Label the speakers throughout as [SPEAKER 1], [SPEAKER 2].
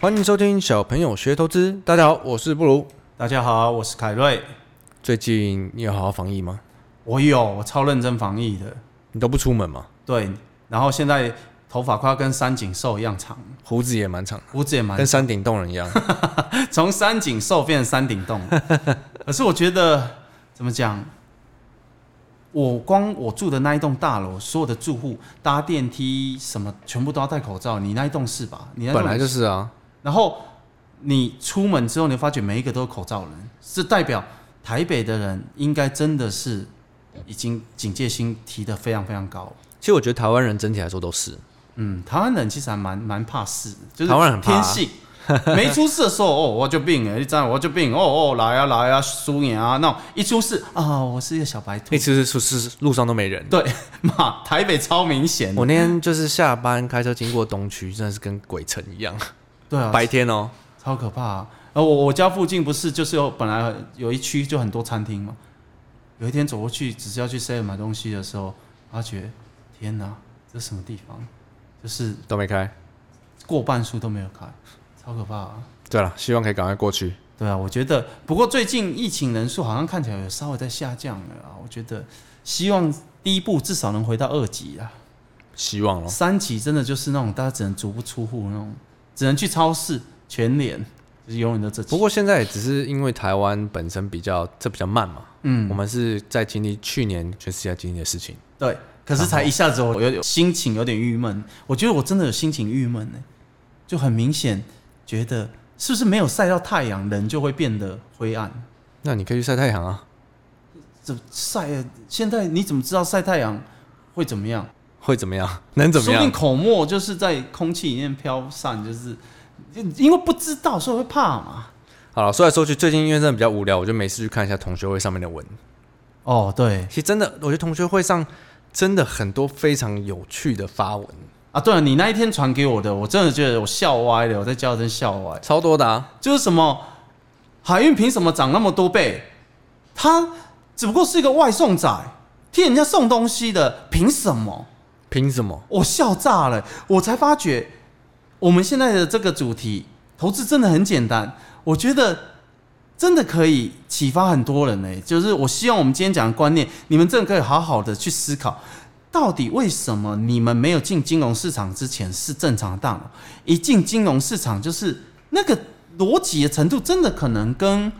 [SPEAKER 1] 欢迎收听小朋友学投资。大家好，我是布鲁。
[SPEAKER 2] 大家好，我是凯瑞。
[SPEAKER 1] 最近你有好好防疫吗？
[SPEAKER 2] 我有，我超认真防疫的。
[SPEAKER 1] 你都不出门吗？
[SPEAKER 2] 对，然后现在头发快要跟山井寿一样长，
[SPEAKER 1] 胡子也蛮长，
[SPEAKER 2] 胡子也蛮
[SPEAKER 1] 跟山顶洞人一 样。
[SPEAKER 2] 从山井寿变成山 顶洞。可是我觉得怎么讲，我光我住的那一栋大楼，所有的住户搭电梯什么，全部都要戴口罩。你那一栋是吧？你那一栋
[SPEAKER 1] 本来就是啊，
[SPEAKER 2] 然后你出门之后，你会发觉每一个都是口罩人，是代表台北的人应该真的是已经警戒心提得非常非常高了。
[SPEAKER 1] 其实我觉得台湾人整体来说都是，
[SPEAKER 2] 嗯，台湾人其实还蛮蛮怕事的，就是
[SPEAKER 1] 台湾人很怕啊
[SPEAKER 2] 天性。没出事的时候，哦，我就病了，你知道，我就病，哦哦，来啊来啊，输赢啊，那种一出事啊，我是一个小白兔
[SPEAKER 1] 那，次是是路上都没人。
[SPEAKER 2] 对，妈，台北超明显的，
[SPEAKER 1] 哎我那天就是下班开车经过东区，真的是跟鬼城一样。
[SPEAKER 2] 对啊，
[SPEAKER 1] 白天哦，
[SPEAKER 2] 超可怕、啊。呃，我我家附近不是就是有本来有一区就很多餐厅嘛，有一天走过去，只是要去 seven 买东西的时候，发觉天哪，这什么地方？就是
[SPEAKER 1] 都没开。
[SPEAKER 2] 过半数都没有开，超可怕、啊。
[SPEAKER 1] 对了，希望可以赶快过去。
[SPEAKER 2] 对啊，我觉得，不过最近疫情人数好像看起来有稍微在下降了啊。我觉得，希望第一步至少能回到二级啊，
[SPEAKER 1] 希望咯。
[SPEAKER 2] 三级真的就是那种大家只能足不出户那种，只能去超市全脸，就是永远都这几
[SPEAKER 1] 不过现在也只是因为台湾本身比较这比较慢嘛，
[SPEAKER 2] 嗯
[SPEAKER 1] 我们是在经历去年全世界经历的事情。
[SPEAKER 2] 对，可是才一下子，我有点心情有点郁闷。我觉得我真的有心情郁闷呢，就很明显觉得是不是没有晒到太阳，人就会变得灰暗。
[SPEAKER 1] 那你可以去晒太阳啊，
[SPEAKER 2] 这晒了现在你怎么知道晒太阳会怎么样？
[SPEAKER 1] 会怎么样？ 能怎么
[SPEAKER 2] 说不
[SPEAKER 1] 样
[SPEAKER 2] 定？口沫就是在空气里面飘散，就是因为不知道，所以会怕嘛。
[SPEAKER 1] 好了，说来说去，最近因为真的比较无聊，我就没事去看一下同学会上面的文。
[SPEAKER 2] 哦，对
[SPEAKER 1] 其实真的，我觉得同学会上真的很多非常有趣的发文，
[SPEAKER 2] 啊，对了，你那一天传给我的，我真的觉得我笑歪了，我在家真笑歪。
[SPEAKER 1] 超多的啊！
[SPEAKER 2] 就是什么海运凭什么涨那么多倍？他只不过是一个外送仔，替人家送东西的，凭什么？
[SPEAKER 1] 凭什么？
[SPEAKER 2] 我笑炸了，我才发觉我们现在的这个主题投资真的很简单，我觉得真的可以启发很多人呢、欸就是我希望我们今天讲的观念，你们真的可以好好的去思考，到底为什么你们没有进金融市场之前是正常的大脑，一进金融市场就是那个逻辑的程度，真的可能跟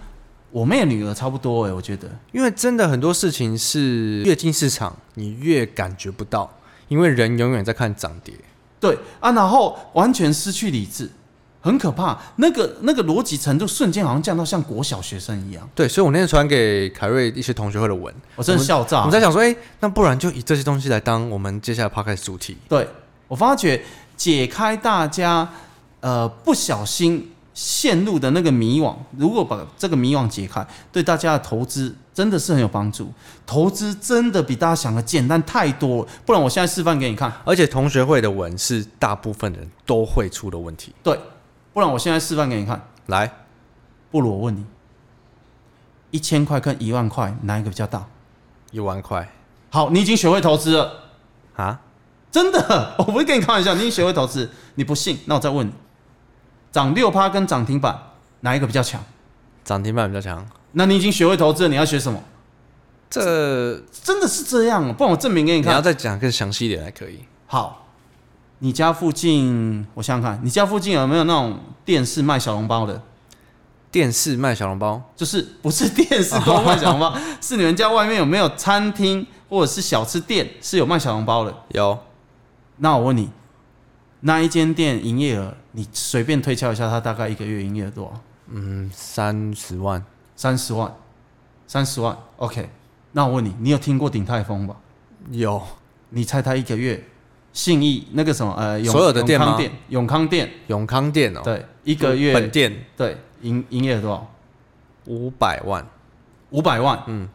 [SPEAKER 2] 我妹的女儿差不多哎、我觉得。
[SPEAKER 1] 因为真的很多事情是越进市场，你越感觉不到，因为人永远在看涨跌。
[SPEAKER 2] 对啊，然后完全失去理智，很可怕。那个那个逻辑程度瞬间好像降到像国小学生一样，
[SPEAKER 1] 对，所以我那天传给凯瑞一些同学会的文，
[SPEAKER 2] 我哦真的啊笑
[SPEAKER 1] 我
[SPEAKER 2] 炸
[SPEAKER 1] 们。在想说，哎、那不然就以这些东西来当我们接下来 p o d c a s 主题。
[SPEAKER 2] 对我发觉解开大家呃不小心陷入的那个迷惘，如果把这个迷惘解开，对大家的投资真的是很有帮助。投资真的比大家想的简单太多了，不然我现在示范给你看。
[SPEAKER 1] 而且同学会的文是大部分人都会出的问题。
[SPEAKER 2] 对，不然我现在示范给你看。
[SPEAKER 1] 来，
[SPEAKER 2] 不如我问你，一千块跟一万块哪一个比较大？
[SPEAKER 1] 一万块
[SPEAKER 2] 好，你已经学会投资了，
[SPEAKER 1] 啊？
[SPEAKER 2] 真的， 我不是跟你开玩笑，你已经学会投资，你不信？那我再问你，涨六趴跟涨停板哪一个比较强？
[SPEAKER 1] 涨停板比较强。
[SPEAKER 2] 那你已经学会投资了，你要学什么？
[SPEAKER 1] 这
[SPEAKER 2] 真的是这样，哦不然我证明给你
[SPEAKER 1] 你要
[SPEAKER 2] 看。
[SPEAKER 1] 再讲更详细一点才可以。
[SPEAKER 2] 好，你家附近，我想想看，你家附近有没有那种电视卖小笼包的？
[SPEAKER 1] 电视卖小笼包，
[SPEAKER 2] 就是不是电视都卖小 笼包，是你们家外面有没有餐厅或者是小吃店是有卖小笼包的？
[SPEAKER 1] 有
[SPEAKER 2] 那我问你，那一间店营业额，你随便推敲一下，它大概一个月营业额多少？
[SPEAKER 1] 嗯三十万，
[SPEAKER 2] 三十万，三十万。OK，那我问你，你有听过鼎泰丰吧？
[SPEAKER 1] 有
[SPEAKER 2] 你猜他一个月信义那个什么呃，永
[SPEAKER 1] 所有的店
[SPEAKER 2] 永
[SPEAKER 1] 吗
[SPEAKER 2] 康店，永康店，
[SPEAKER 1] 永康店哦，
[SPEAKER 2] 对，一个月
[SPEAKER 1] 本店
[SPEAKER 2] 对营营业额多少？
[SPEAKER 1] 五百万，
[SPEAKER 2] 五百万。
[SPEAKER 1] 嗯，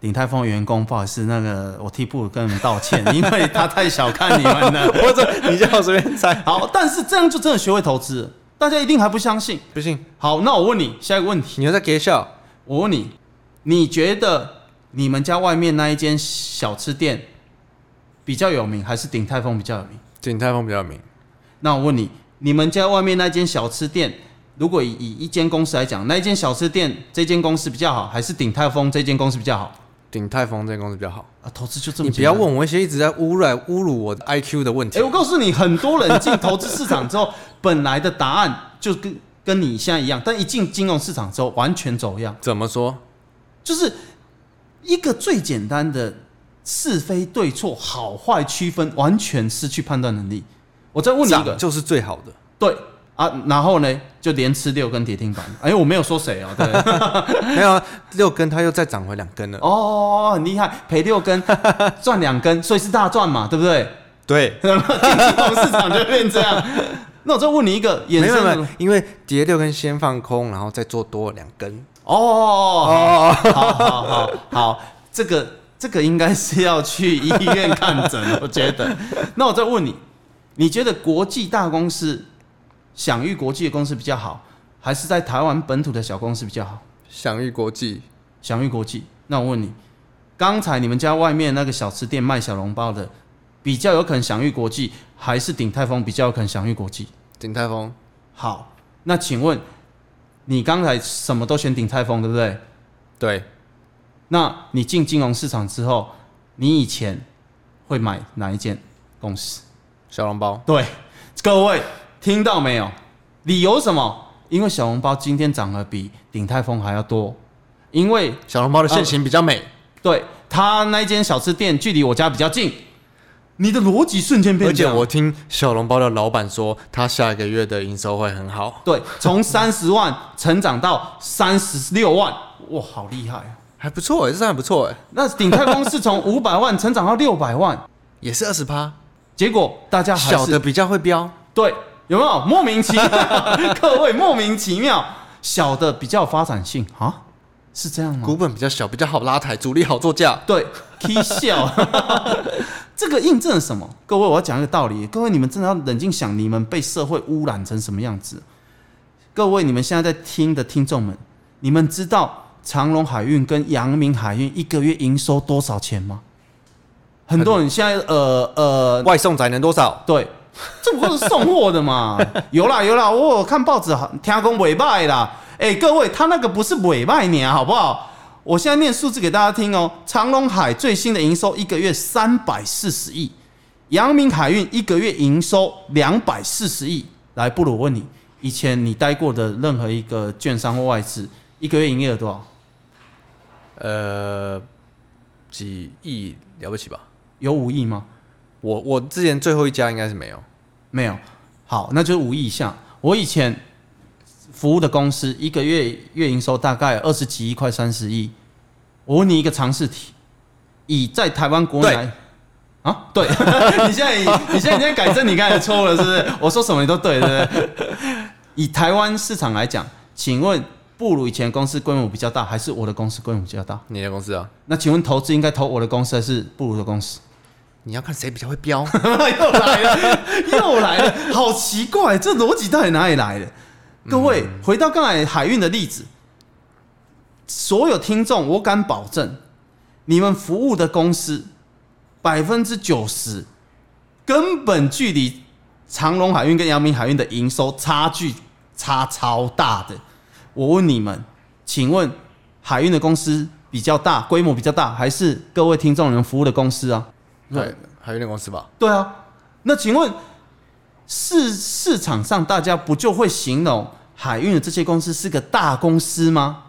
[SPEAKER 2] 鼎泰丰员工，不好意思，那个我替部跟你们道歉，因为他太小看你们了。
[SPEAKER 1] 我这你叫我随便猜，
[SPEAKER 2] 好，但是这样就真的学会投资了，大家一定还不相信。
[SPEAKER 1] 不信
[SPEAKER 2] 好，那我问你下一个问题。
[SPEAKER 1] 你又在给笑，
[SPEAKER 2] 我问你，你觉得你们家外面那一间小吃店比较有名，还是鼎泰丰比较有名？
[SPEAKER 1] 鼎泰丰比较有名，
[SPEAKER 2] 那我问你，你们家外面那间小吃店，如果以以一间公司来讲，那一间小吃店这间公司比较好，还是鼎泰丰这间公司比较好？
[SPEAKER 1] 鼎泰丰这个公司比较好。
[SPEAKER 2] 啊，投资就这
[SPEAKER 1] 你
[SPEAKER 2] 么
[SPEAKER 1] 不
[SPEAKER 2] 简单
[SPEAKER 1] 要问我一些一直在污染侮辱我的 IQ 的问
[SPEAKER 2] 哎、
[SPEAKER 1] 题。
[SPEAKER 2] 我告诉你，很多人进投资市场之后，本来的答案就跟跟你现在一样，但一进金融市场之后，完全走样。
[SPEAKER 1] 怎么说？
[SPEAKER 2] 就是一个最简单的是非对错、好坏区分，完全失去判断能力。我再问你一个
[SPEAKER 1] 涨，就是啊最好的。
[SPEAKER 2] 对啊，然后呢，就连吃六根跌停板。哎、我没有说谁哦，对，哦
[SPEAKER 1] 没有啊六根，它又再涨回两根了。
[SPEAKER 2] 哦哦，很厉害，赔六根赚两根，所以是大赚嘛，对不对？
[SPEAKER 1] 对，
[SPEAKER 2] 然后进金融市场就变 这样。那我再问你一个，衍
[SPEAKER 1] 没有
[SPEAKER 2] 生
[SPEAKER 1] 没
[SPEAKER 2] 的
[SPEAKER 1] 有，因为跌六根先放空，然后再做多两根。
[SPEAKER 2] 哦，好哦好好好好，这个这个应该是要去医院看诊，我觉得。那我再问你，你觉得国际大公司享誉国际的公司比较好，还是在台湾本土的小公司比较好？
[SPEAKER 1] 享誉国际，
[SPEAKER 2] 享誉国际。那我问你，刚才你们家外面那个小吃店卖小笼包的，比较有可能享誉国际，还是鼎泰丰比较有可能享誉国际？
[SPEAKER 1] 鼎泰丰
[SPEAKER 2] 好，那请问你刚才什么都选鼎泰丰，对不对？
[SPEAKER 1] 对
[SPEAKER 2] 那你进金融市场之后，你以前会买哪一间公司？
[SPEAKER 1] 小笼包
[SPEAKER 2] 对，各位听到没有？理由什么？因为小笼包今天涨得比鼎泰丰还要多，因为
[SPEAKER 1] 小笼包的线型比较美，
[SPEAKER 2] 对他那间小吃店距离我家比较近。你的逻辑瞬间变
[SPEAKER 1] 而且
[SPEAKER 2] 这样
[SPEAKER 1] 我听小笼包的老板说，他下一个月的营收会很好，
[SPEAKER 2] 对从三十万成长到三十六万，哇，好厉害啊！
[SPEAKER 1] 还不错哎、这还不错哎、
[SPEAKER 2] 那鼎泰丰是从五百万成长到六百万，
[SPEAKER 1] 也是二十趴，
[SPEAKER 2] 结果大家还
[SPEAKER 1] 小
[SPEAKER 2] 是
[SPEAKER 1] 的比较会飙，
[SPEAKER 2] 对，有没有莫名其妙？ 各位莫名其妙，小的比较有发展性啊，是这样吗？
[SPEAKER 1] 股本比较小，比较好拉抬，主力好做价。
[SPEAKER 2] 对 k 笑， 这个印证了什么？各位，我要讲一个道理，各位你们真的要冷静想，你们被社会污染成什么样子？各位，你们现在在听的听众们，你们知道长隆海运跟阳明海运一个月营收多少钱吗？很多人现在呃呃
[SPEAKER 1] 外送宅能多少？
[SPEAKER 2] 对， 这不是送货的嘛？ 有啦有啦，我有看报纸，好听讲尾拜啦。哎、各位，他那个不是尾拜年，好不好？我现在念数字给大家听哦。长隆海最新的营收一个月三百四十亿，阳明海运一个月营收两百四十亿。来，布鲁，我问你，以前你待过的任何一个券商或外资，一个月营业额多少？
[SPEAKER 1] 呃，几亿了不起吧？
[SPEAKER 2] 有五亿吗？
[SPEAKER 1] 我我之前最后一家应该是没有，
[SPEAKER 2] 没有，好，那就是五亿以下。我以前服务的公司一个月月营收大概二十几亿，快三十亿。我问你一个常识题，以在台湾国内
[SPEAKER 1] 对
[SPEAKER 2] 来啊，对， 你现在你现在你现在改正你刚才的错误了，是不是？我说什么你都对，对不对？以台湾市场来讲，请问布鲁以前公司规模比较大，还是我的公司规模比较大？
[SPEAKER 1] 你的公司啊？
[SPEAKER 2] 那请问投资应该投我的公司还是布鲁的公司？
[SPEAKER 1] 你要看谁比较会飙，
[SPEAKER 2] 又来了， 又来了，好奇怪，这逻辑到底哪里来的？各位，回到刚才海运的例子，所有听众，我敢保证，你们服务的公司百分之九十根本距离长隆海运跟阳明海运的营收差距差超大的。我问你们，请问海运的公司比较大，规模比较大，还是各位听众你们服务的公司啊？
[SPEAKER 1] 对，还有那公司吧？
[SPEAKER 2] 对啊，那请问市市场上大家不就会形容海运的这些公司是个大公司吗？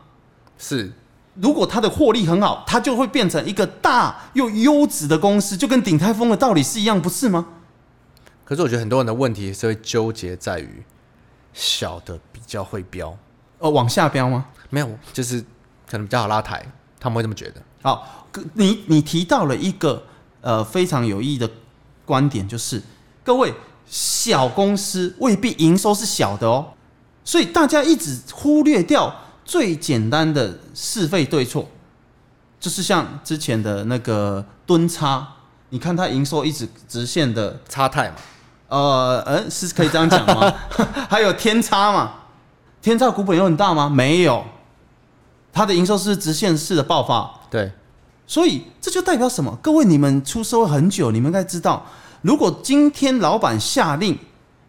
[SPEAKER 1] 是，
[SPEAKER 2] 如果它的获利很好，它就会变成一个大又优质的公司，就跟鼎泰丰的道理是一样，不是吗？
[SPEAKER 1] 可是我觉得很多人的问题是会纠结在于小的比较会飙，
[SPEAKER 2] 呃，往下标吗？
[SPEAKER 1] 没有，就是可能比较好拉抬，他们会这么觉得。
[SPEAKER 2] 好，可你你提到了一个呃非常有意义的观点，就是各位小公司未必营收是小的哦，所以大家一直忽略掉最简单的是非对错，就是像之前的那个蹲差，你看它营收一直直线的，
[SPEAKER 1] 差太嘛，
[SPEAKER 2] 呃呃是可以这样讲吗？ 还有天差嘛，天差股本有很大吗？没有，它的营收是直线式的爆发。
[SPEAKER 1] 对，
[SPEAKER 2] 所以这就代表什么？各位，你们出社会很久，你们应该知道，如果今天老板下令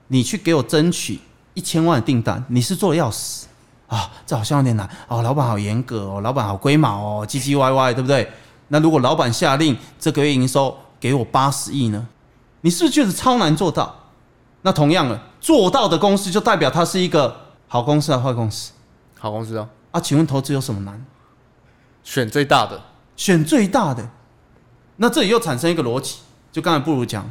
[SPEAKER 2] 你去给我争取一千万的订单，你是做的要死啊，这好像有点难哦，老板好严格哦，老板好龟毛哦，唧唧歪歪，对不对？那如果老板下令这个月营收给我八十亿呢，你是不是觉得超难做到？那同样的，做到的公司就代表它是一个好公司还是坏公司
[SPEAKER 1] 好公司哦，
[SPEAKER 2] 啊？请问投资有什么难？
[SPEAKER 1] 选最大的，
[SPEAKER 2] 选最大的。那这里又产生一个逻辑，就刚才不如讲，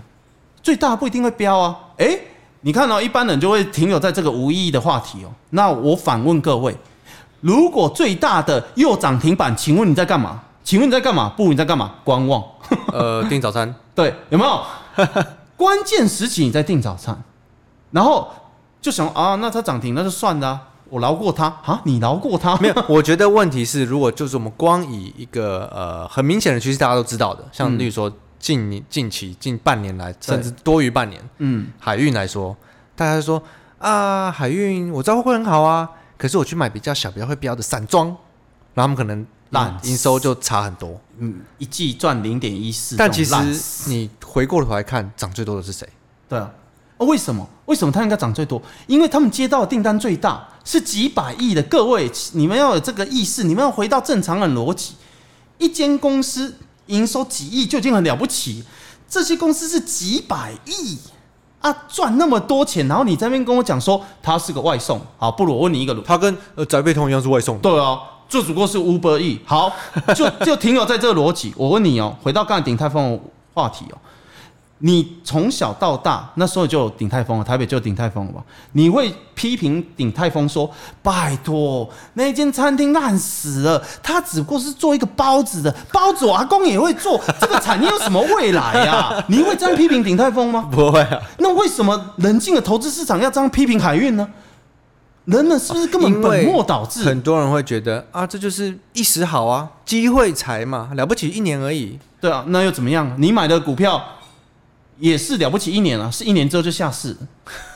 [SPEAKER 2] 最大不一定会标啊。诶、你看到、哦一般人就会停留在这个无意义的话题哦。那我反问各位，如果最大的又涨停板，请问你在干嘛？请问你在干嘛？不如你在干嘛？观望。
[SPEAKER 1] 呃，订早餐，
[SPEAKER 2] 对，有没有？ 关键时期你在订早餐，然后就想啊，那它涨停那就算了啊、我饶过它啊，你饶过它
[SPEAKER 1] 没有，我觉得问题是，如果就是我们光以一个呃很明显的趋势，大家都知道的，像
[SPEAKER 2] 嗯
[SPEAKER 1] 例如说近年近期近半年来，甚至多于半年，
[SPEAKER 2] 嗯，
[SPEAKER 1] 海运来说，大家就说啊，海运我知道会很好啊，可是我去买比较小、比较会标的散装，然后他们可能
[SPEAKER 2] 烂
[SPEAKER 1] 营收就差很多。
[SPEAKER 2] 嗯，一季赚零点一四，
[SPEAKER 1] 但其实
[SPEAKER 2] 这种烂死
[SPEAKER 1] 你回过头来看，涨最多的是谁？
[SPEAKER 2] 对啊，哦，为什么？为什么它应该涨最多？因为他们接到的订单最大，是几百亿的。各位，你们要有这个意识，你们要回到正常的逻辑。一间公司营收几亿就已经很了不起，这些公司是几百亿啊，赚那么多钱，然后你在那边跟我讲说它是个外送，好，不如我问你一个逻
[SPEAKER 1] 它跟呃宅配通一样是外送的，
[SPEAKER 2] 对哦，这只不过是 Uber E。好， 就就停留在这个逻辑。我问你哦，回到刚才鼎泰丰的话题哦，你从小到大那时候就有鼎泰丰了，台北就有鼎泰丰了吧？你会批评鼎泰丰说：“拜托，那间餐厅烂死了，他只不过是做一个包子的，包子我阿公也会做，这个产业有什么未来呀、 你会这样批评鼎泰丰吗？
[SPEAKER 1] 不会啊，
[SPEAKER 2] 那为什么冷静的投资市场要这样批评海运呢？人们是不是根本
[SPEAKER 1] 因为
[SPEAKER 2] 本末倒置？
[SPEAKER 1] 很多人会觉得啊，这就是一时好啊，机会财嘛，了不起一年而已，
[SPEAKER 2] 对啊，那又怎么样？你买的股票也是了不起一年啊，是一年之后就下市了。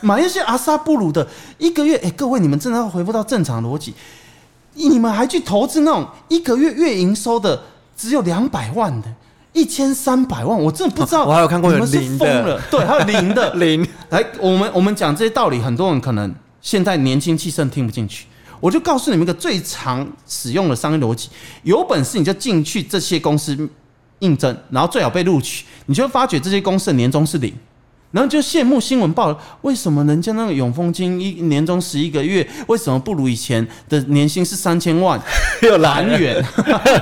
[SPEAKER 2] 买那些阿萨布鲁的，一个月，哎、各位你们真的要回复到正常逻辑，你们还去投资那种一个月月营收的只有两百万的。一千三百万，我真的不知 道。
[SPEAKER 1] 我还有看过有
[SPEAKER 2] 你们是
[SPEAKER 1] 零的
[SPEAKER 2] 疯了，对，还有零 的，
[SPEAKER 1] 零。
[SPEAKER 2] 来，我们我们讲这些道理，很多人可能现在年轻气盛听不进去。我就告诉你们一个最常使用的商业逻辑：有本事你就进去这些公司应征，然后最好被录取，你就会发觉这些公司的年终是零，然后就羡慕新闻报为什么人家那个永丰金一年终十一个月，为什么不如以前的年薪是三千万？
[SPEAKER 1] 又
[SPEAKER 2] 韩元，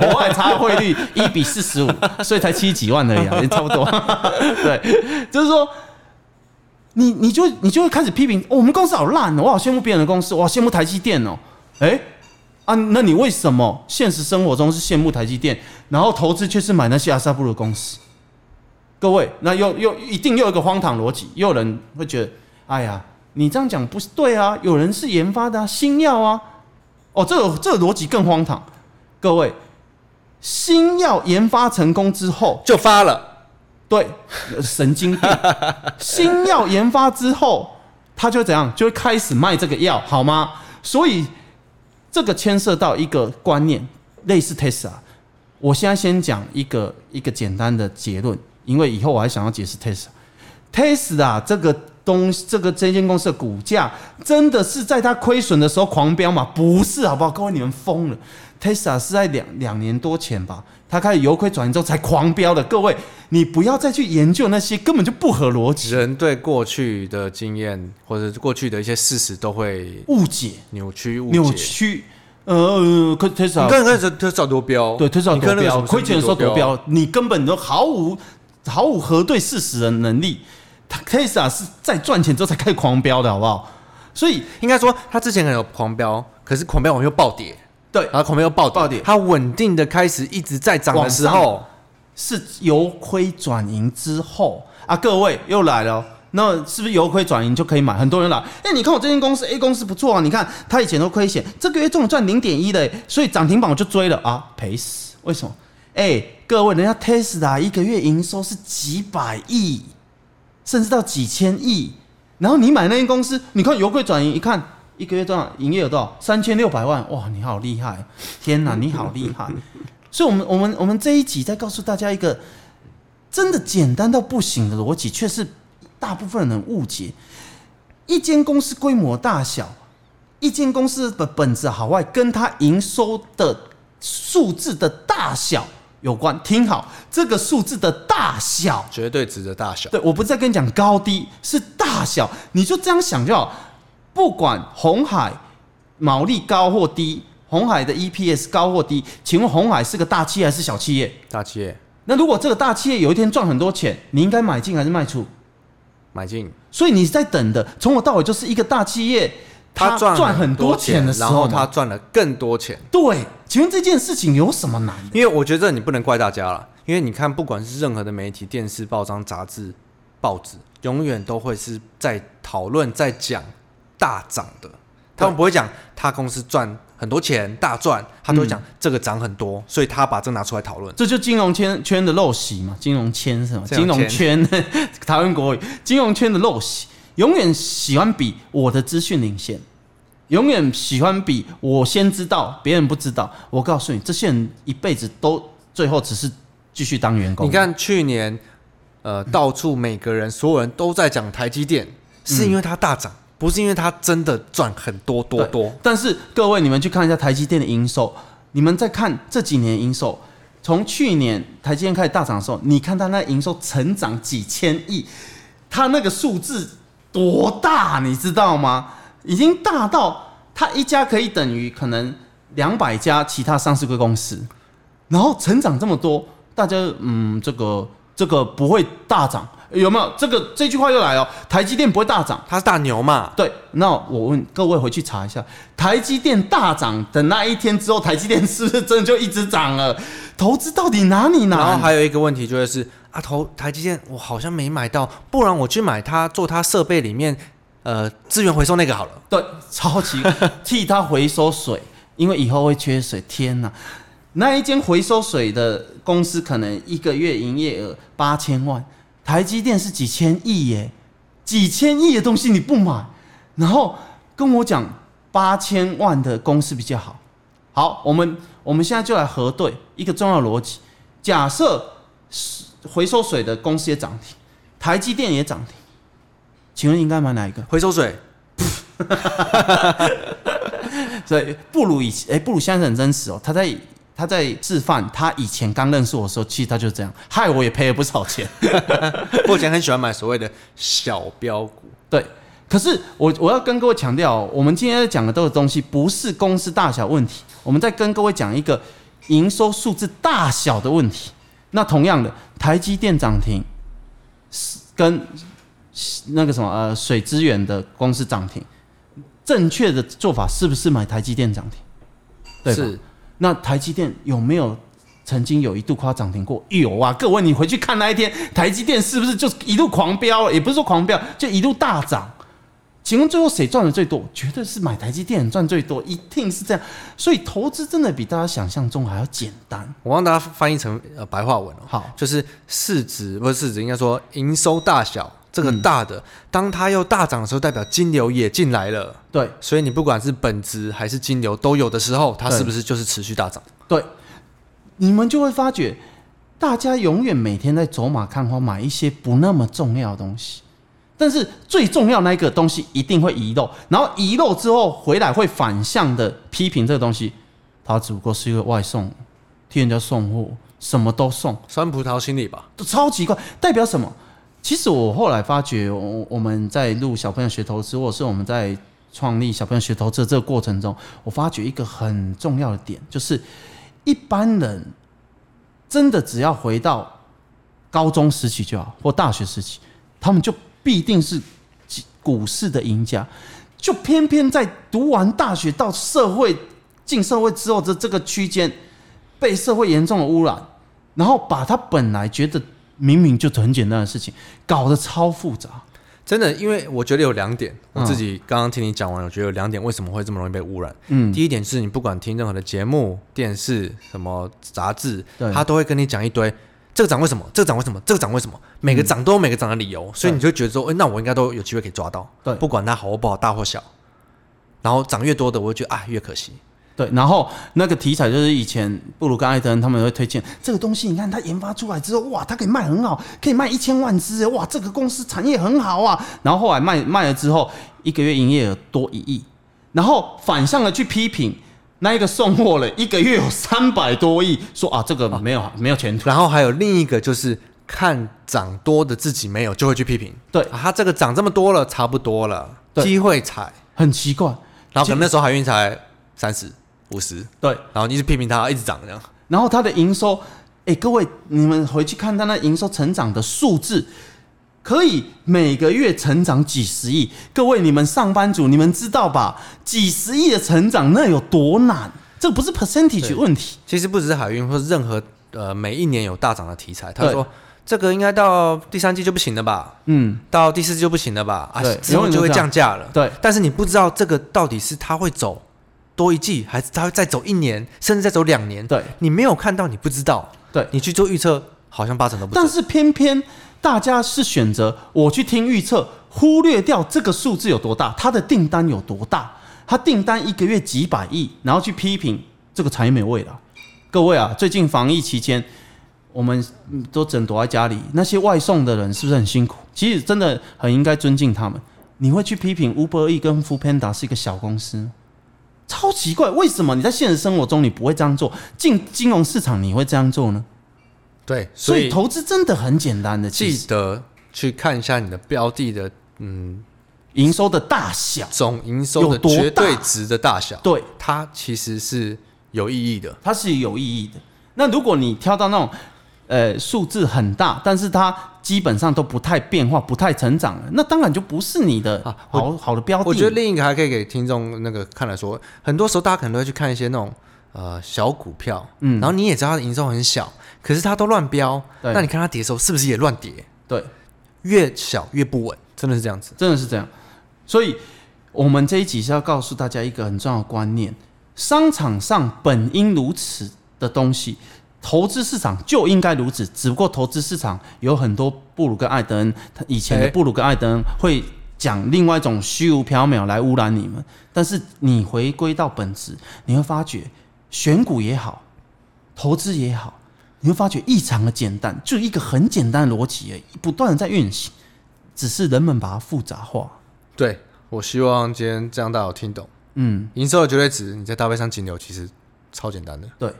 [SPEAKER 2] 国外差汇率一比四十五，所以才七几万而已、啊，也差不多。对，就是说，你你就你就会开始批评、哦我们公司好烂哦，我好羡慕别人的公司，我好羡慕台积电哦。哎、啊，那你为什么现实生活中是羡慕台积电，然后投资却是买那些阿萨布鲁的公司？各位，那又又一定又有一个荒唐逻辑，又有人会觉得，哎呀，你这样讲不是对啊，有人是研发的、啊、新药啊，哦，这个这个逻辑更荒唐。各位，新药研发成功之后，
[SPEAKER 1] 就发了，
[SPEAKER 2] 对，呃神经病。新药研发之后，他就会怎样？就会开始卖这个药，好吗？所以这个牵涉到一个观念，类似 Tesla。我现在先讲一个一个简单的结论，因为以后我还想要解释 Tesla。Tesla 这个东西，这个这间公司的股价真的是在它亏损的时候狂飙吗？不是，好不好？各位你们疯了！Tesla 是在两两年多前吧，它开始由亏转盈之后才狂飙的。各位，你不要再去研究那些根本就不合逻辑、
[SPEAKER 1] 人对过去的经验或者是过去的一些事实都会
[SPEAKER 2] 误解、
[SPEAKER 1] 扭曲误解。
[SPEAKER 2] 扭曲。呃，可 Tesla
[SPEAKER 1] 你看，你看这这照多标，
[SPEAKER 2] 对，推算
[SPEAKER 1] 你看
[SPEAKER 2] 夺
[SPEAKER 1] 那个什
[SPEAKER 2] 标，
[SPEAKER 1] 么
[SPEAKER 2] 亏钱的时候夺
[SPEAKER 1] 夺标，啊
[SPEAKER 2] 标，你根本都毫无毫无核对事实的能力。他 Tesla 是在赚钱之后才开始狂飙的，好不好？所以
[SPEAKER 1] 应该说他之前可能有狂飙，可是狂飙完又暴跌，
[SPEAKER 2] 对
[SPEAKER 1] 然，后狂飙又暴
[SPEAKER 2] 暴跌
[SPEAKER 1] 它稳定的开始一直在涨的时候，
[SPEAKER 2] 是由亏转盈之后啊，各位又来了哦。那是不是由亏转盈就可以买？很多人来，哎、你看我这间公司 A 公司不错啊，你看它以前都亏钱，这个月中午赚零点一的，所以涨停板我就追了啊，赔死！为什么？哎、各位，人家 Tesla 一个月营收是几百亿，甚至到几千亿，然后你买那间公司，你看由亏转盈，一看一个月多少营业额多少，三千六百万，哇，你好厉害！天哪，你好厉害！所以，我们我们我们这一集在告诉大家一个真的简单到不行的逻辑，却是大部分人误解。一间公司规模大小，一间公司的本质好坏，跟它营收的数字的大小有关。听好，这个数字的大小，
[SPEAKER 1] 绝对值的大小。
[SPEAKER 2] 对我不是在跟你讲高低，是大小，你就这样想就好。不管红海毛利高或低，红海的 EPS 高或低，请问红海是个大企业还是小企业？
[SPEAKER 1] 大企业
[SPEAKER 2] 那如果这个大企业有一天赚很多钱，你应该买进还是卖出？
[SPEAKER 1] 买进，
[SPEAKER 2] 所以你在等的，从头到尾就是一个大企业，它
[SPEAKER 1] 赚
[SPEAKER 2] 赚很
[SPEAKER 1] 多
[SPEAKER 2] 多钱的时
[SPEAKER 1] 然
[SPEAKER 2] 候
[SPEAKER 1] 后他
[SPEAKER 2] 嘛，
[SPEAKER 1] 赚了更多钱。
[SPEAKER 2] 对，请问这件事情有什么难的？
[SPEAKER 1] 因为我觉得这你不能怪大家了，因为你看，不管是任何的媒体、电视、报章、杂志、报纸，永远都会是在讨论、在讲大涨的，他们不会讲他公司赚很多钱大赚，他都会讲这个涨很多，所以他把这拿出来讨论。
[SPEAKER 2] 这就金融圈圈的陋习嘛，金融圈是什么？
[SPEAKER 1] 这样
[SPEAKER 2] 金融圈， 台湾国语，金融圈的陋习，永远喜欢比我的资讯领先，永远喜欢比我先知道，别人不知道。我告诉你，这些人一辈子都最后只是继续当员工。
[SPEAKER 1] 你，看去年，呃，到处每个人、所有人都在讲台积电，是因为它大涨，不是因为它真的赚很多多多。
[SPEAKER 2] 但是各位，你们去看一下台积电的营收，你们再看这几年的营收，从去年台积电开始大涨的时候，你看它那营收成长几千亿，它那个数字多大，你知道吗？已经大到它一家可以等于可能两百家其他上市贵公司，然后成长这么多，大家嗯，这个这个不会大涨，有没有？这个这句话又来了，台积电不会大涨。
[SPEAKER 1] 它是大牛嘛？
[SPEAKER 2] 对，那我问各位回去查一下，台积电大涨的那一天之后，台积电是不是真的就一直涨了？投资到底哪里
[SPEAKER 1] 然后
[SPEAKER 2] 难？
[SPEAKER 1] 还有一个问题就会是啊，投台积电我好像没买到，不然我去买它做它设备里面呃资源回收那个好了。
[SPEAKER 2] 对，超级替它回收水，因为以后会缺水。天哪，那一间回收水的公司可能一个月营业额八千万，台积电是几千亿耶，几千亿的东西你不买，然后跟我讲八千万的公司比较好。好，我们我们现在就来核对一个重要逻辑：假设是回收水的公司也涨停，台积电也涨停，请问应该买哪一个？
[SPEAKER 1] 回收水
[SPEAKER 2] 所以布鲁以前，哎、布鲁现在很真实哦，他在他在示范他以前刚认识我的时候，其实他就这样，害我也赔了不少钱。
[SPEAKER 1] 我以前很喜欢买所谓的小标股，
[SPEAKER 2] 对，可是我我要跟各位强调、哦，我们今天在讲的都是东西，不是公司大小问题，我们在跟各位讲一个营收数字大小的问题。那同样的，台积电涨停，是跟那个什么呃水资源的公司涨停，正确的做法是不是买台积电涨停？ 对吧
[SPEAKER 1] 是
[SPEAKER 2] 那台积电有没有曾经有一度快要涨停过？有啊，各位你回去看那一天，台积电是不是就一路狂飙了？也不是说狂飙，就一路大涨。请问最后谁赚的最多？绝对是买台积电赚最多，一定是这样。所以投资真的比大家想象中还要简单。
[SPEAKER 1] 我帮大家翻译成呃白话文哦，
[SPEAKER 2] 好，
[SPEAKER 1] 就是市值不是市值，应该说营收大小这
[SPEAKER 2] 嗯
[SPEAKER 1] 个大的，当它又大涨的时候，代表金流也进来了。
[SPEAKER 2] 对
[SPEAKER 1] 所以你不管是本值还是金流都有的时候，它
[SPEAKER 2] 对
[SPEAKER 1] 是不是就是持续大涨？
[SPEAKER 2] 对，你们就会发觉，大家永远每天在走马看花，买一些不那么重要的东西。但是最重要那一个东西一定会遗漏，然后遗漏之后回来会反向的批评这个东西，它只不过是一个外送，替人家送货，什么都送，
[SPEAKER 1] 酸葡萄心理吧，
[SPEAKER 2] 都超奇怪，代表什么？其实我后来发觉，我我们在录小朋友学投资，或者是我们在创立小朋友学投资的这个过程中，我发觉一个很重要的点，就是一般人真的只要回到高中时期就好，或大学时期，他们就必定是股市的赢家，就偏偏在读完大学到社会进社会之后的这个区间，被社会严重的污染，然后把他本来觉得明明就很简单的事情，搞得超复杂。
[SPEAKER 1] 真的，因为我觉得有两点，
[SPEAKER 2] 嗯
[SPEAKER 1] 我自己刚刚听你讲完，我觉得有两点为什么会这么容易被污染。
[SPEAKER 2] 嗯，
[SPEAKER 1] 第一点是你不管听任何的节目、电视、什么杂志
[SPEAKER 2] 对，
[SPEAKER 1] 他都会跟你讲一堆这个涨为什么，这个涨为什么，这个涨为什么，每个涨都有每个涨的理由，所以你就会觉得说，哎，那我应该都有机会可以抓到，
[SPEAKER 2] 嗯对
[SPEAKER 1] 不管它好或不好，大或小。然后涨越多的，我就觉得啊越可惜。
[SPEAKER 2] 对，然后那个题材就是以前布鲁跟艾登他们会推荐这个东西，你看它研发出来之后，哇，它可以卖很好，可以卖一千万只，哇，这个公司产业很好啊。然后后来卖卖了之后，一个月营业额多一亿，然后反向的去批评那一个送货人，一个月有三百多亿，说啊这个没有没有前途。
[SPEAKER 1] 然后还有另一个就是看涨多的自己没有，就会去批评。
[SPEAKER 2] 对
[SPEAKER 1] 啊，他这个涨这么多了，差不多了，
[SPEAKER 2] 对
[SPEAKER 1] 机会踩。
[SPEAKER 2] 很奇怪。
[SPEAKER 1] 然后可能那时候海运才三十五十，
[SPEAKER 2] 对，
[SPEAKER 1] 然后你一直批评它一直涨这样。
[SPEAKER 2] 然后它的营收，哎、各位你们回去看它那营收成长的数字，可以每个月成长几十亿。各位你们上班族，你们知道吧？几十亿的成长那有多难？这不是 percentage
[SPEAKER 1] 对
[SPEAKER 2] 问题，
[SPEAKER 1] 其实不只是海运，或是任何呃每一年有大涨的题材，他
[SPEAKER 2] 对
[SPEAKER 1] 说这个应该到第三季就不行了吧，
[SPEAKER 2] 嗯，
[SPEAKER 1] 到第四季就不行了吧，啊
[SPEAKER 2] 对，
[SPEAKER 1] 之后就会降价了。
[SPEAKER 2] 对，
[SPEAKER 1] 但是你不知道这个到底是它会走多一季，还是它会再走一年，甚至再走两年。
[SPEAKER 2] 对，
[SPEAKER 1] 你没有看到，你不知道。
[SPEAKER 2] 对
[SPEAKER 1] 你去做预测，好像八成都不
[SPEAKER 2] 但
[SPEAKER 1] 准。
[SPEAKER 2] 是偏偏大家是选择我去听预测，忽略掉这个数字有多大，它的订单有多大，它订单一个月几百亿，然后去批评这个产业没味了。各位啊，最近防疫期间，我们嗯都整躲在家里，那些外送的人是不是很辛苦？其实真的很应该尊敬他们。你会去批评 Uber E 跟 f o o Panda 是一个小公司吗？超奇怪，为什么你在现实生活中你不会这样做，进金融市场你会这样做呢？
[SPEAKER 1] 对，
[SPEAKER 2] 所以投资真的很简单的，其
[SPEAKER 1] 记
[SPEAKER 2] 实
[SPEAKER 1] 得去看一下你的标的的嗯
[SPEAKER 2] 营收的大小，
[SPEAKER 1] 总营收
[SPEAKER 2] 有
[SPEAKER 1] 的
[SPEAKER 2] 多
[SPEAKER 1] 绝对
[SPEAKER 2] 大
[SPEAKER 1] 值的大小，
[SPEAKER 2] 对，
[SPEAKER 1] 它其实是有意义的。
[SPEAKER 2] 它是有意义的。那如果你挑到那种呃数字很大，但是它基本上都不太变化、不太成长了，那当然就不是你的
[SPEAKER 1] 啊我
[SPEAKER 2] 好好的标的。
[SPEAKER 1] 我觉得另一个还可以给听众那个看来说，很多时候大家可能都会去看一些那种呃小股票，
[SPEAKER 2] 嗯
[SPEAKER 1] 然后你也知道它的营收很小，可是它都乱飙，
[SPEAKER 2] 对
[SPEAKER 1] 那你看它跌的时候是不是也乱跌？
[SPEAKER 2] 对，
[SPEAKER 1] 越小越不稳，真的是这样子。
[SPEAKER 2] 真的是这样。所以我们这一集是要告诉大家一个很重要的观念：商场上本应如此的东西，投资市场就应该如此。只不过投资市场有很多布鲁跟艾德恩，他以前的
[SPEAKER 1] 哎
[SPEAKER 2] 布鲁跟艾德恩会讲另外一种虚无缥缈来污染你们，但是你回归到本质，你会发觉选股也好，投资也好。你会发觉异常的简单，就一个很简单的逻辑而已，不断的在运行。只是人们把它复杂化。
[SPEAKER 1] 对我希望今天这样大家有听懂，
[SPEAKER 2] 嗯，
[SPEAKER 1] 营收的绝对值你在搭配上金流其实超简单的。
[SPEAKER 2] 对，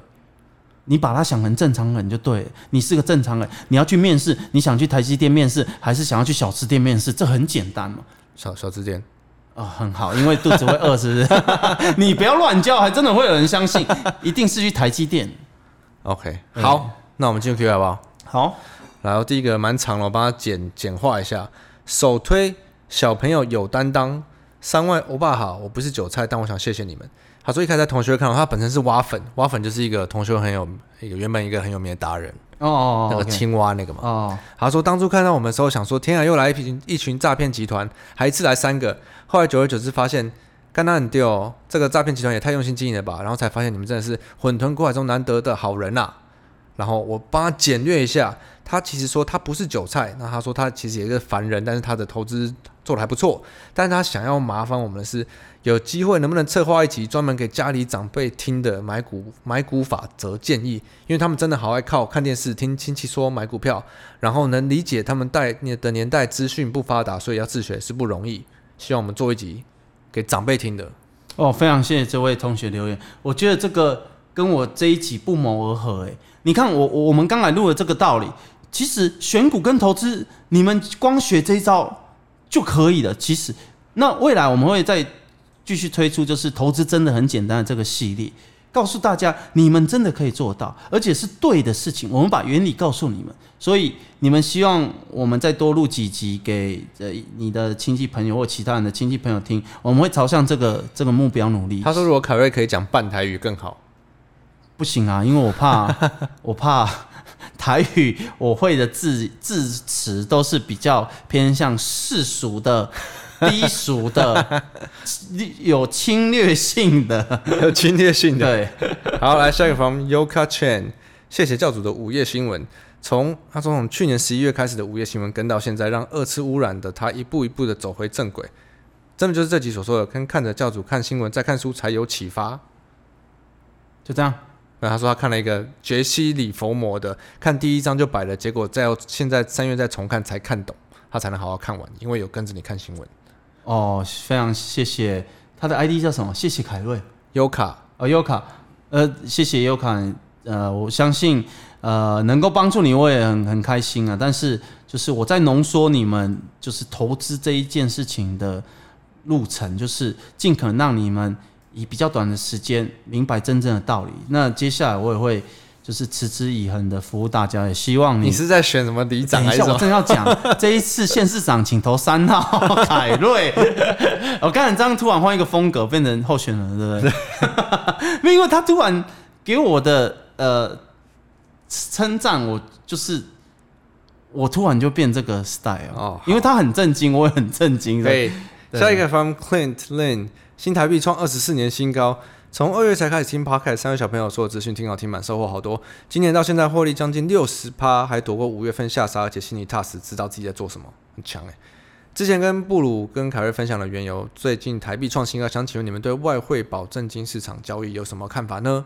[SPEAKER 2] 你把它想成正常人就对了，你是个正常人，你要去面试，你想去台积电面试，还是想要去小吃店面试？这很简单嘛。
[SPEAKER 1] 小小字典，
[SPEAKER 2] 啊、很好，因为肚子会饿，是不是？ 你不要乱叫，还真的会有人相信，一定是去台积电。
[SPEAKER 1] OK，
[SPEAKER 2] 嗯
[SPEAKER 1] 好，那我们进入 Q 好不好？
[SPEAKER 2] 好，
[SPEAKER 1] 然后第一个蛮长了，我帮它简简化一下。首推小朋友有担当，三位欧巴好，我不是韭菜，但我想谢谢你们。他说一开始在同学会看到他本身是蛙粉，蛙粉就是一个同学会很有一个原本一个很有名的达人，
[SPEAKER 2] 哦哦，
[SPEAKER 1] 那个
[SPEAKER 2] OK
[SPEAKER 1] 青蛙那个嘛。
[SPEAKER 2] 哦，
[SPEAKER 1] 他说当初看到我们的时候，想说天啊，又来一群一群诈骗集团，还一次来三个。后来久而久之发现，干他很丢、哦，这个诈骗集团也太用心经营了吧。然后才发现你们真的是混沌过海中难得的好人呐、啊然后我帮他简略一下，他其实说他不是韭菜，那他说他其实也是凡人，但是他的投资做的还不错。但是他想要麻烦我们的是，有机会能不能策划一集专门给家里长辈听的买股买股法则建议？因为他们真的好爱靠看电视、听亲戚说买股票，然后能理解他们代的年代资讯不发达，所以要自学是不容易。希望我们做一集给长辈听的。
[SPEAKER 2] 哦，非常谢谢这位同学留言，我觉得这个跟我这一集不谋而合哎。你看我我我们刚才录的这个道理，其实选股跟投资，你们光学这一招就可以了。其实，那未来我们会再继续推出，就是投资真的很简单的这个系列，告诉大家你们真的可以做到，而且是对的事情。我们把原理告诉你们，所以你们希望我们再多录几集给呃你的亲戚朋友或其他人的亲戚朋友听，我们会朝向这个这个目标努力。
[SPEAKER 1] 他说，如果凯瑞可以讲半台语更好。
[SPEAKER 2] 不行啊，因为我怕 我怕台语我会的字字词都是比较偏向世 俗的、低俗的、有侵略性的。
[SPEAKER 1] 有侵略性的。
[SPEAKER 2] 对，
[SPEAKER 1] 好，来下一个 房 Yoka Chen，谢谢教主的午夜新闻。从他从去年十一月开始的午夜新闻跟到现在，让二次污染的他一步一步的走回正轨，真的就是这集所说的，跟看着教主看新闻再看书才有启发。
[SPEAKER 2] 就这样。
[SPEAKER 1] 那他说他看了一个杰西·里佛摩的，看第一章就摆了，结果再要现在三月再重看才看懂，他才能好好看完，因为有跟着你看新闻。
[SPEAKER 2] 哦，非常谢谢他的 ID 叫什么？谢谢凯瑞。
[SPEAKER 1] 优卡，
[SPEAKER 2] 哦，优卡，呃，谢谢优卡，呃，我相信，呃，能够帮助你，我也很很开心啊。但是，就是我在浓缩你们就是投资这一件事情的路程，就是尽可能让你们以比较短的时间明白真正的道理。那接下来我也会就是持之以恒的服务大家，也希望
[SPEAKER 1] 你是在选什么里长
[SPEAKER 2] 等一
[SPEAKER 1] 还是
[SPEAKER 2] 下，
[SPEAKER 1] 什
[SPEAKER 2] 我
[SPEAKER 1] 么？
[SPEAKER 2] 正要讲 这一次县市长请投三号凯瑞。我刚才这样突然换一个风格，变成候选人了，对不 对？没有因为他突然给我的呃称赞，我就是我突然就变这个 style
[SPEAKER 1] 哦好
[SPEAKER 2] 因为他很震惊，我也很震惊
[SPEAKER 1] 可
[SPEAKER 2] 的。
[SPEAKER 1] 以。
[SPEAKER 2] 对
[SPEAKER 1] 下一个 from Clint Lin，新台币创二十四年新高。从二月才开始听 Podcast，三位小朋友说的资讯听好听满，收获好多。今年到现在获利将近六十趴，还躲过五月份下杀，而且心里踏实，知道自己在做什么，很强哎、之前跟布鲁跟凯瑞分享了缘由，最近台币创新高，想请问你们对外汇保证金市场交易有什么看法呢？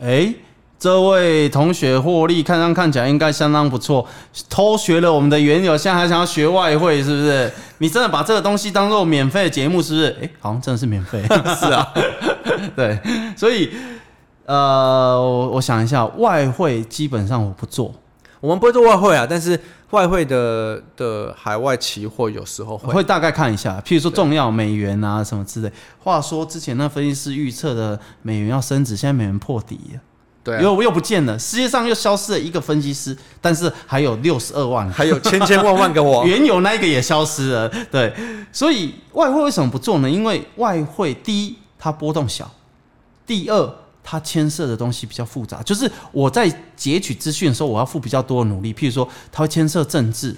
[SPEAKER 2] 哎、这位同学获利，看上看起来应该相当不错，偷学了我们的原友，现在还想要学外汇，是不是？你真的把这个东西当做免费的节目，是不是？哎、好像真的是免费， 是啊，对，所以呃，我我想一下，外汇基本上我不做，
[SPEAKER 1] 我们不会做外汇啊，但是外汇的的海外期货有时候
[SPEAKER 2] 我
[SPEAKER 1] 会
[SPEAKER 2] 会大概看一下，譬如说重要美元啊什么之类。话说之前那分析师预测的美元要升值，现在美元破底了。
[SPEAKER 1] 对、啊，
[SPEAKER 2] 又又不见了，世界上又消失了一个分析师，但是还有六十二万
[SPEAKER 1] 还有千千万万个我，
[SPEAKER 2] 原有那一个也消失了，对，所以外汇为什么不做呢？因为外汇第一它波动小，第二它牵涉的东西比较复杂，就是我在截取资讯的时候，我要付比较多的努力，譬如说它会牵涉政治，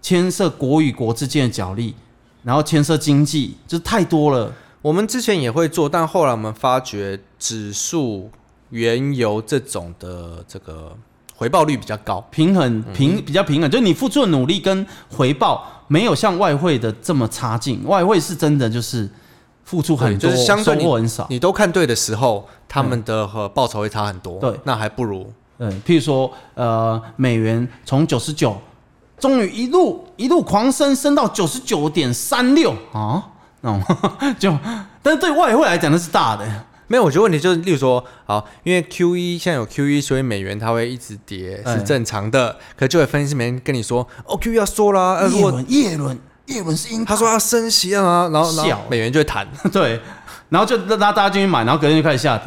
[SPEAKER 2] 牵涉国与国之间的角力，然后牵涉经济，就是太多了。
[SPEAKER 1] 我们之前也会做，但后来我们发觉指数、原油这种的这个回报率比较高。
[SPEAKER 2] 平衡
[SPEAKER 1] 嗯
[SPEAKER 2] 平比较平衡，就是你付出的努力跟回报没有像外汇的这么差劲。外汇是真的就是付出很
[SPEAKER 1] 对
[SPEAKER 2] 多，
[SPEAKER 1] 就是相对
[SPEAKER 2] 收获很少。
[SPEAKER 1] 你都看对的时候，他们的和报酬会差很多。
[SPEAKER 2] 嗯对，
[SPEAKER 1] 那还不如
[SPEAKER 2] 嗯，譬如说呃，美元从九十九，终于一路一路狂升，升到九十九点三六啊，那种 就，但是对外汇来讲那是大的，
[SPEAKER 1] 没有。我觉得问题就是，例如说，好，因为 Q E 现在有 Q E，所以美元它会一直跌
[SPEAKER 2] 哎
[SPEAKER 1] 是正常的。可就有分析员跟你说，哦，Q E 要缩啦，呃，如
[SPEAKER 2] 叶
[SPEAKER 1] 果
[SPEAKER 2] 伦叶伦叶伦是英
[SPEAKER 1] 他说要升息啊，然后然
[SPEAKER 2] 笑
[SPEAKER 1] 后美元就会弹，
[SPEAKER 2] 对，然后就拉大家进去买，然后隔天就开始下跌。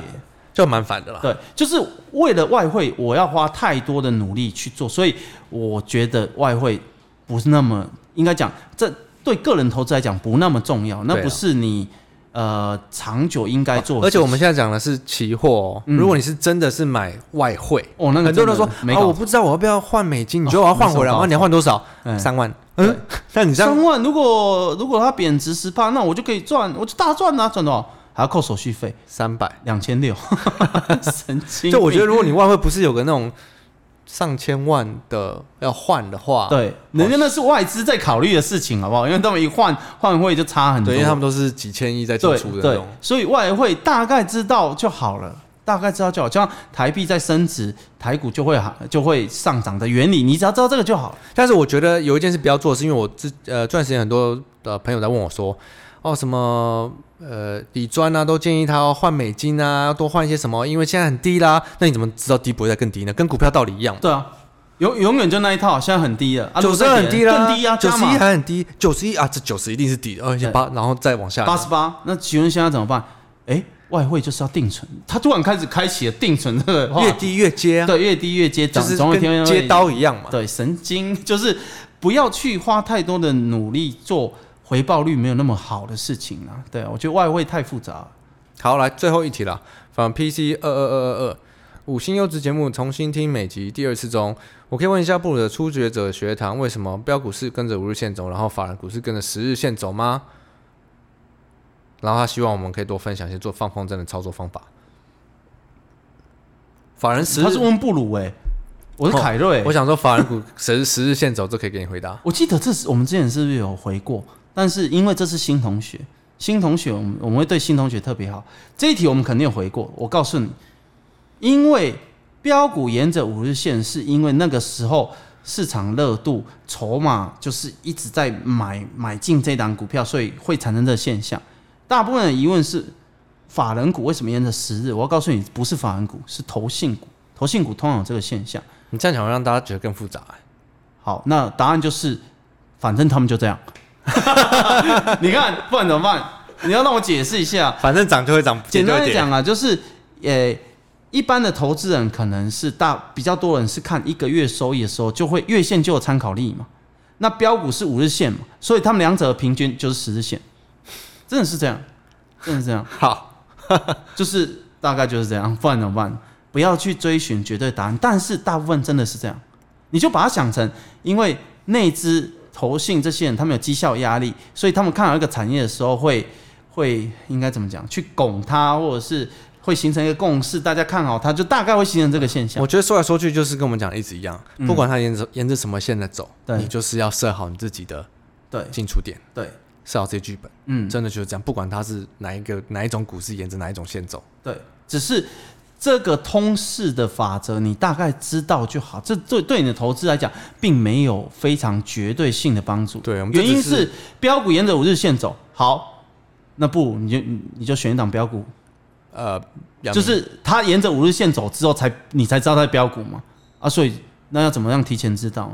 [SPEAKER 1] 就蛮烦的啦。
[SPEAKER 2] 对，就是为了外汇，我要花太多的努力去做，所以我觉得外汇不是那么应该讲，这对个人投资来讲不那么重要，那
[SPEAKER 1] 对啊
[SPEAKER 2] 不是你呃长久应该做的
[SPEAKER 1] 而
[SPEAKER 2] 事
[SPEAKER 1] 且
[SPEAKER 2] 情。嗯
[SPEAKER 1] 我们现在讲的是期货、哦，如果你是真的是买外汇，
[SPEAKER 2] 哦那个
[SPEAKER 1] 很多人
[SPEAKER 2] 真的
[SPEAKER 1] 说
[SPEAKER 2] 没
[SPEAKER 1] 啊，
[SPEAKER 2] 搞哦
[SPEAKER 1] 我不知道我要不要换美金，你觉得我要换回来
[SPEAKER 2] 没什么
[SPEAKER 1] 吗？
[SPEAKER 2] 搞
[SPEAKER 1] 你要换多少？
[SPEAKER 2] 嗯
[SPEAKER 1] 三万。嗯， 那你这样
[SPEAKER 2] 三万，如果如果它贬值十趴，那我就可以赚，我就大赚啊，赚多少？还要扣手续费
[SPEAKER 1] 三百，
[SPEAKER 2] 两千六， 神经病。
[SPEAKER 1] 就我觉得如果你外汇不是有个那种上千万的要换的话，
[SPEAKER 2] 对，人家那是外资在考虑的事情，好不好？因为他们一换换汇就差很多，
[SPEAKER 1] 对，因为他们都是几千亿在进
[SPEAKER 2] 对
[SPEAKER 1] 出的那
[SPEAKER 2] 对
[SPEAKER 1] 种，，
[SPEAKER 2] 所以外汇大概知道就好了，大概知道就好。就像台币在升值，台股就会行就会上涨的原理，你只要知道这个就好了。
[SPEAKER 1] 但是我觉得有一件事不要做，是因为我之呃这段时间很多的朋友在问我说，哦什么呃理专啊都建议他要换美金啊，多换一些什么，因为现在很低啦。那你怎么知道低不会再更低呢？跟股票道理一样嘛。
[SPEAKER 2] 对啊，永永远就那一套，现在很低了，啊，
[SPEAKER 1] 九十二很低啦，
[SPEAKER 2] 更低啊，
[SPEAKER 1] 九
[SPEAKER 2] 加
[SPEAKER 1] 十
[SPEAKER 2] 码
[SPEAKER 1] 一还很低，九十一啊，这九十一定是底的，而且八，然后再往下，
[SPEAKER 2] 八十八，那请问现在怎么办？哎，外汇就是要定存，他突然开始开启了定存这个话题
[SPEAKER 1] 越低越接啊，
[SPEAKER 2] 对，越低越接，
[SPEAKER 1] 就
[SPEAKER 2] 涨
[SPEAKER 1] 是
[SPEAKER 2] 总有一天
[SPEAKER 1] 跟
[SPEAKER 2] 会
[SPEAKER 1] 接刀一样嘛。
[SPEAKER 2] 对，神经就是不要去花太多的努力做回报率没有那么好的事情啊。对啊，我觉得外汇太复杂了。
[SPEAKER 1] 好，来最后一题了，反 PC 二二二二二。五星优质节目重新听每集第二次中，我可以问一下布鲁的初学者学堂，为什么标股市跟着五日线走，然后法人股市跟着十日线走吗？然后他希望我们可以多分享一些做放风筝的操作方法。法人十日
[SPEAKER 2] 他，是温布鲁哎、我是凯瑞欸、
[SPEAKER 1] 哦我想说法人股十十日线走，这可以给你回答。
[SPEAKER 2] 我记得这是我们之前是不是有回过？但是因为这是新同学，新同学我们我们会对新同学特别好。这一题我们肯定有回过，我告诉你，因为标股沿着五日线，是因为那个时候市场热度、筹码就是一直在买买进这档股票，所以会产生这个现象。大部分的疑问是，法人股为什么沿着十日？我要告诉你，不是法人股，是投信股。投信股通常有这个现象。
[SPEAKER 1] 你这样讲会让大家觉得更复杂、欸。
[SPEAKER 2] 好，那答案就是，反正他们就这样。 你看，不然怎么办？你要让我解释一下。
[SPEAKER 1] 反正涨就会涨，跌
[SPEAKER 2] 简单
[SPEAKER 1] 就
[SPEAKER 2] 的
[SPEAKER 1] 会跌
[SPEAKER 2] 讲啊，就是呃，一般的投资人可能是大比较多人是看一个月收益的时候，就会月线就有参考力嘛。那标股是五日线嘛，所以他们两者的平均就是十日线，真的是这样，真的是这样，
[SPEAKER 1] 好，
[SPEAKER 2] 就是大概就是这样，不然怎么办？不要去追寻绝对答案，但是大部分真的是这样，你就把它想成，因为内资投信这些人他们有绩效压力，所以他们看好一个产业的时候会会应该怎么讲，去拱它，或者是会形成一个共识，大家看好它，就大概会形成这个现象。
[SPEAKER 1] 我觉得说来说去就是跟我们讲的一直一样，不管它沿着沿着什么线在走，
[SPEAKER 2] 嗯对
[SPEAKER 1] 你就是要设好你自己的
[SPEAKER 2] 对
[SPEAKER 1] 进出点，
[SPEAKER 2] 对，
[SPEAKER 1] 设好自己剧本，
[SPEAKER 2] 嗯，
[SPEAKER 1] 真的就是这样。不管它是哪一个哪一种股市沿着哪一种线走，
[SPEAKER 2] 对，只是这个通识的法则，你大概知道就好。这对对你的投资来讲，并没有非常绝对性的帮助。
[SPEAKER 1] 对我们这
[SPEAKER 2] 原
[SPEAKER 1] 只
[SPEAKER 2] 因
[SPEAKER 1] 是
[SPEAKER 2] 是标股沿着五日线走，好，那不如你就你你就选一档标股，
[SPEAKER 1] 呃，阳明
[SPEAKER 2] 就是它沿着五日线走之后才，你才知道它是标股嘛。啊，所以那要怎么样提前知道？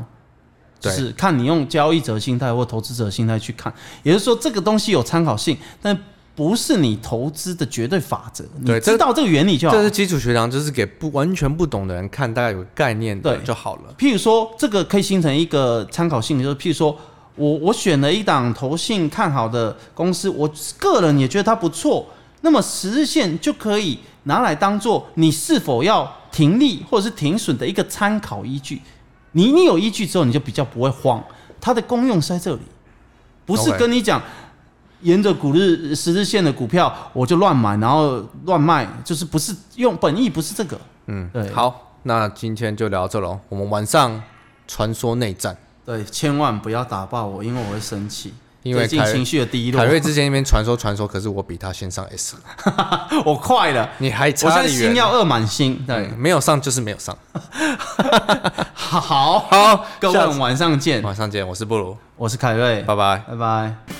[SPEAKER 2] 就
[SPEAKER 1] 对
[SPEAKER 2] 是看你用交易者心态或投资者心态去看，也就是说这个东西有参考性，但不是你投资的绝对法则。你
[SPEAKER 1] 对这
[SPEAKER 2] 知道这个原理就好
[SPEAKER 1] 这
[SPEAKER 2] 了。
[SPEAKER 1] 是基础学堂，就是给不完全不懂的人看，大概有个概念的
[SPEAKER 2] 对
[SPEAKER 1] 就好了。
[SPEAKER 2] 譬如说，这个可以形成一个参考性，就是譬如说我我选了一档投信看好的公司，我个人也觉得它不错，那么十日线就可以拿来当做你是否要停利或者是停损的一个参考依据。你你有依据之后，你就比较不会慌。它的功用是在这里，不是
[SPEAKER 1] OK
[SPEAKER 2] 跟你讲。沿着股日十日线的股票，我就乱买，然后乱卖，就是不是用本意不是这个，
[SPEAKER 1] 嗯，
[SPEAKER 2] 对
[SPEAKER 1] 好，那今天就聊到这喽。我们晚上传说内战，
[SPEAKER 2] 对，千万不要打爆我，因为我会生气。
[SPEAKER 1] 因为
[SPEAKER 2] 最近
[SPEAKER 1] 凯瑞
[SPEAKER 2] 情绪的低落
[SPEAKER 1] 凯，瑞之前那边传说传说，可是我比他先上 S，
[SPEAKER 2] 我快了，
[SPEAKER 1] 你还
[SPEAKER 2] 我现
[SPEAKER 1] 差
[SPEAKER 2] 在
[SPEAKER 1] 得
[SPEAKER 2] 心
[SPEAKER 1] 远。
[SPEAKER 2] 要二满心。对，
[SPEAKER 1] 没有上就是没有上。
[SPEAKER 2] 好，
[SPEAKER 1] 好，
[SPEAKER 2] 各位
[SPEAKER 1] 下
[SPEAKER 2] 我
[SPEAKER 1] 次
[SPEAKER 2] 们晚上见。
[SPEAKER 1] 晚上见，我是布鲁，
[SPEAKER 2] 我是凯瑞，
[SPEAKER 1] 拜拜。
[SPEAKER 2] 拜拜。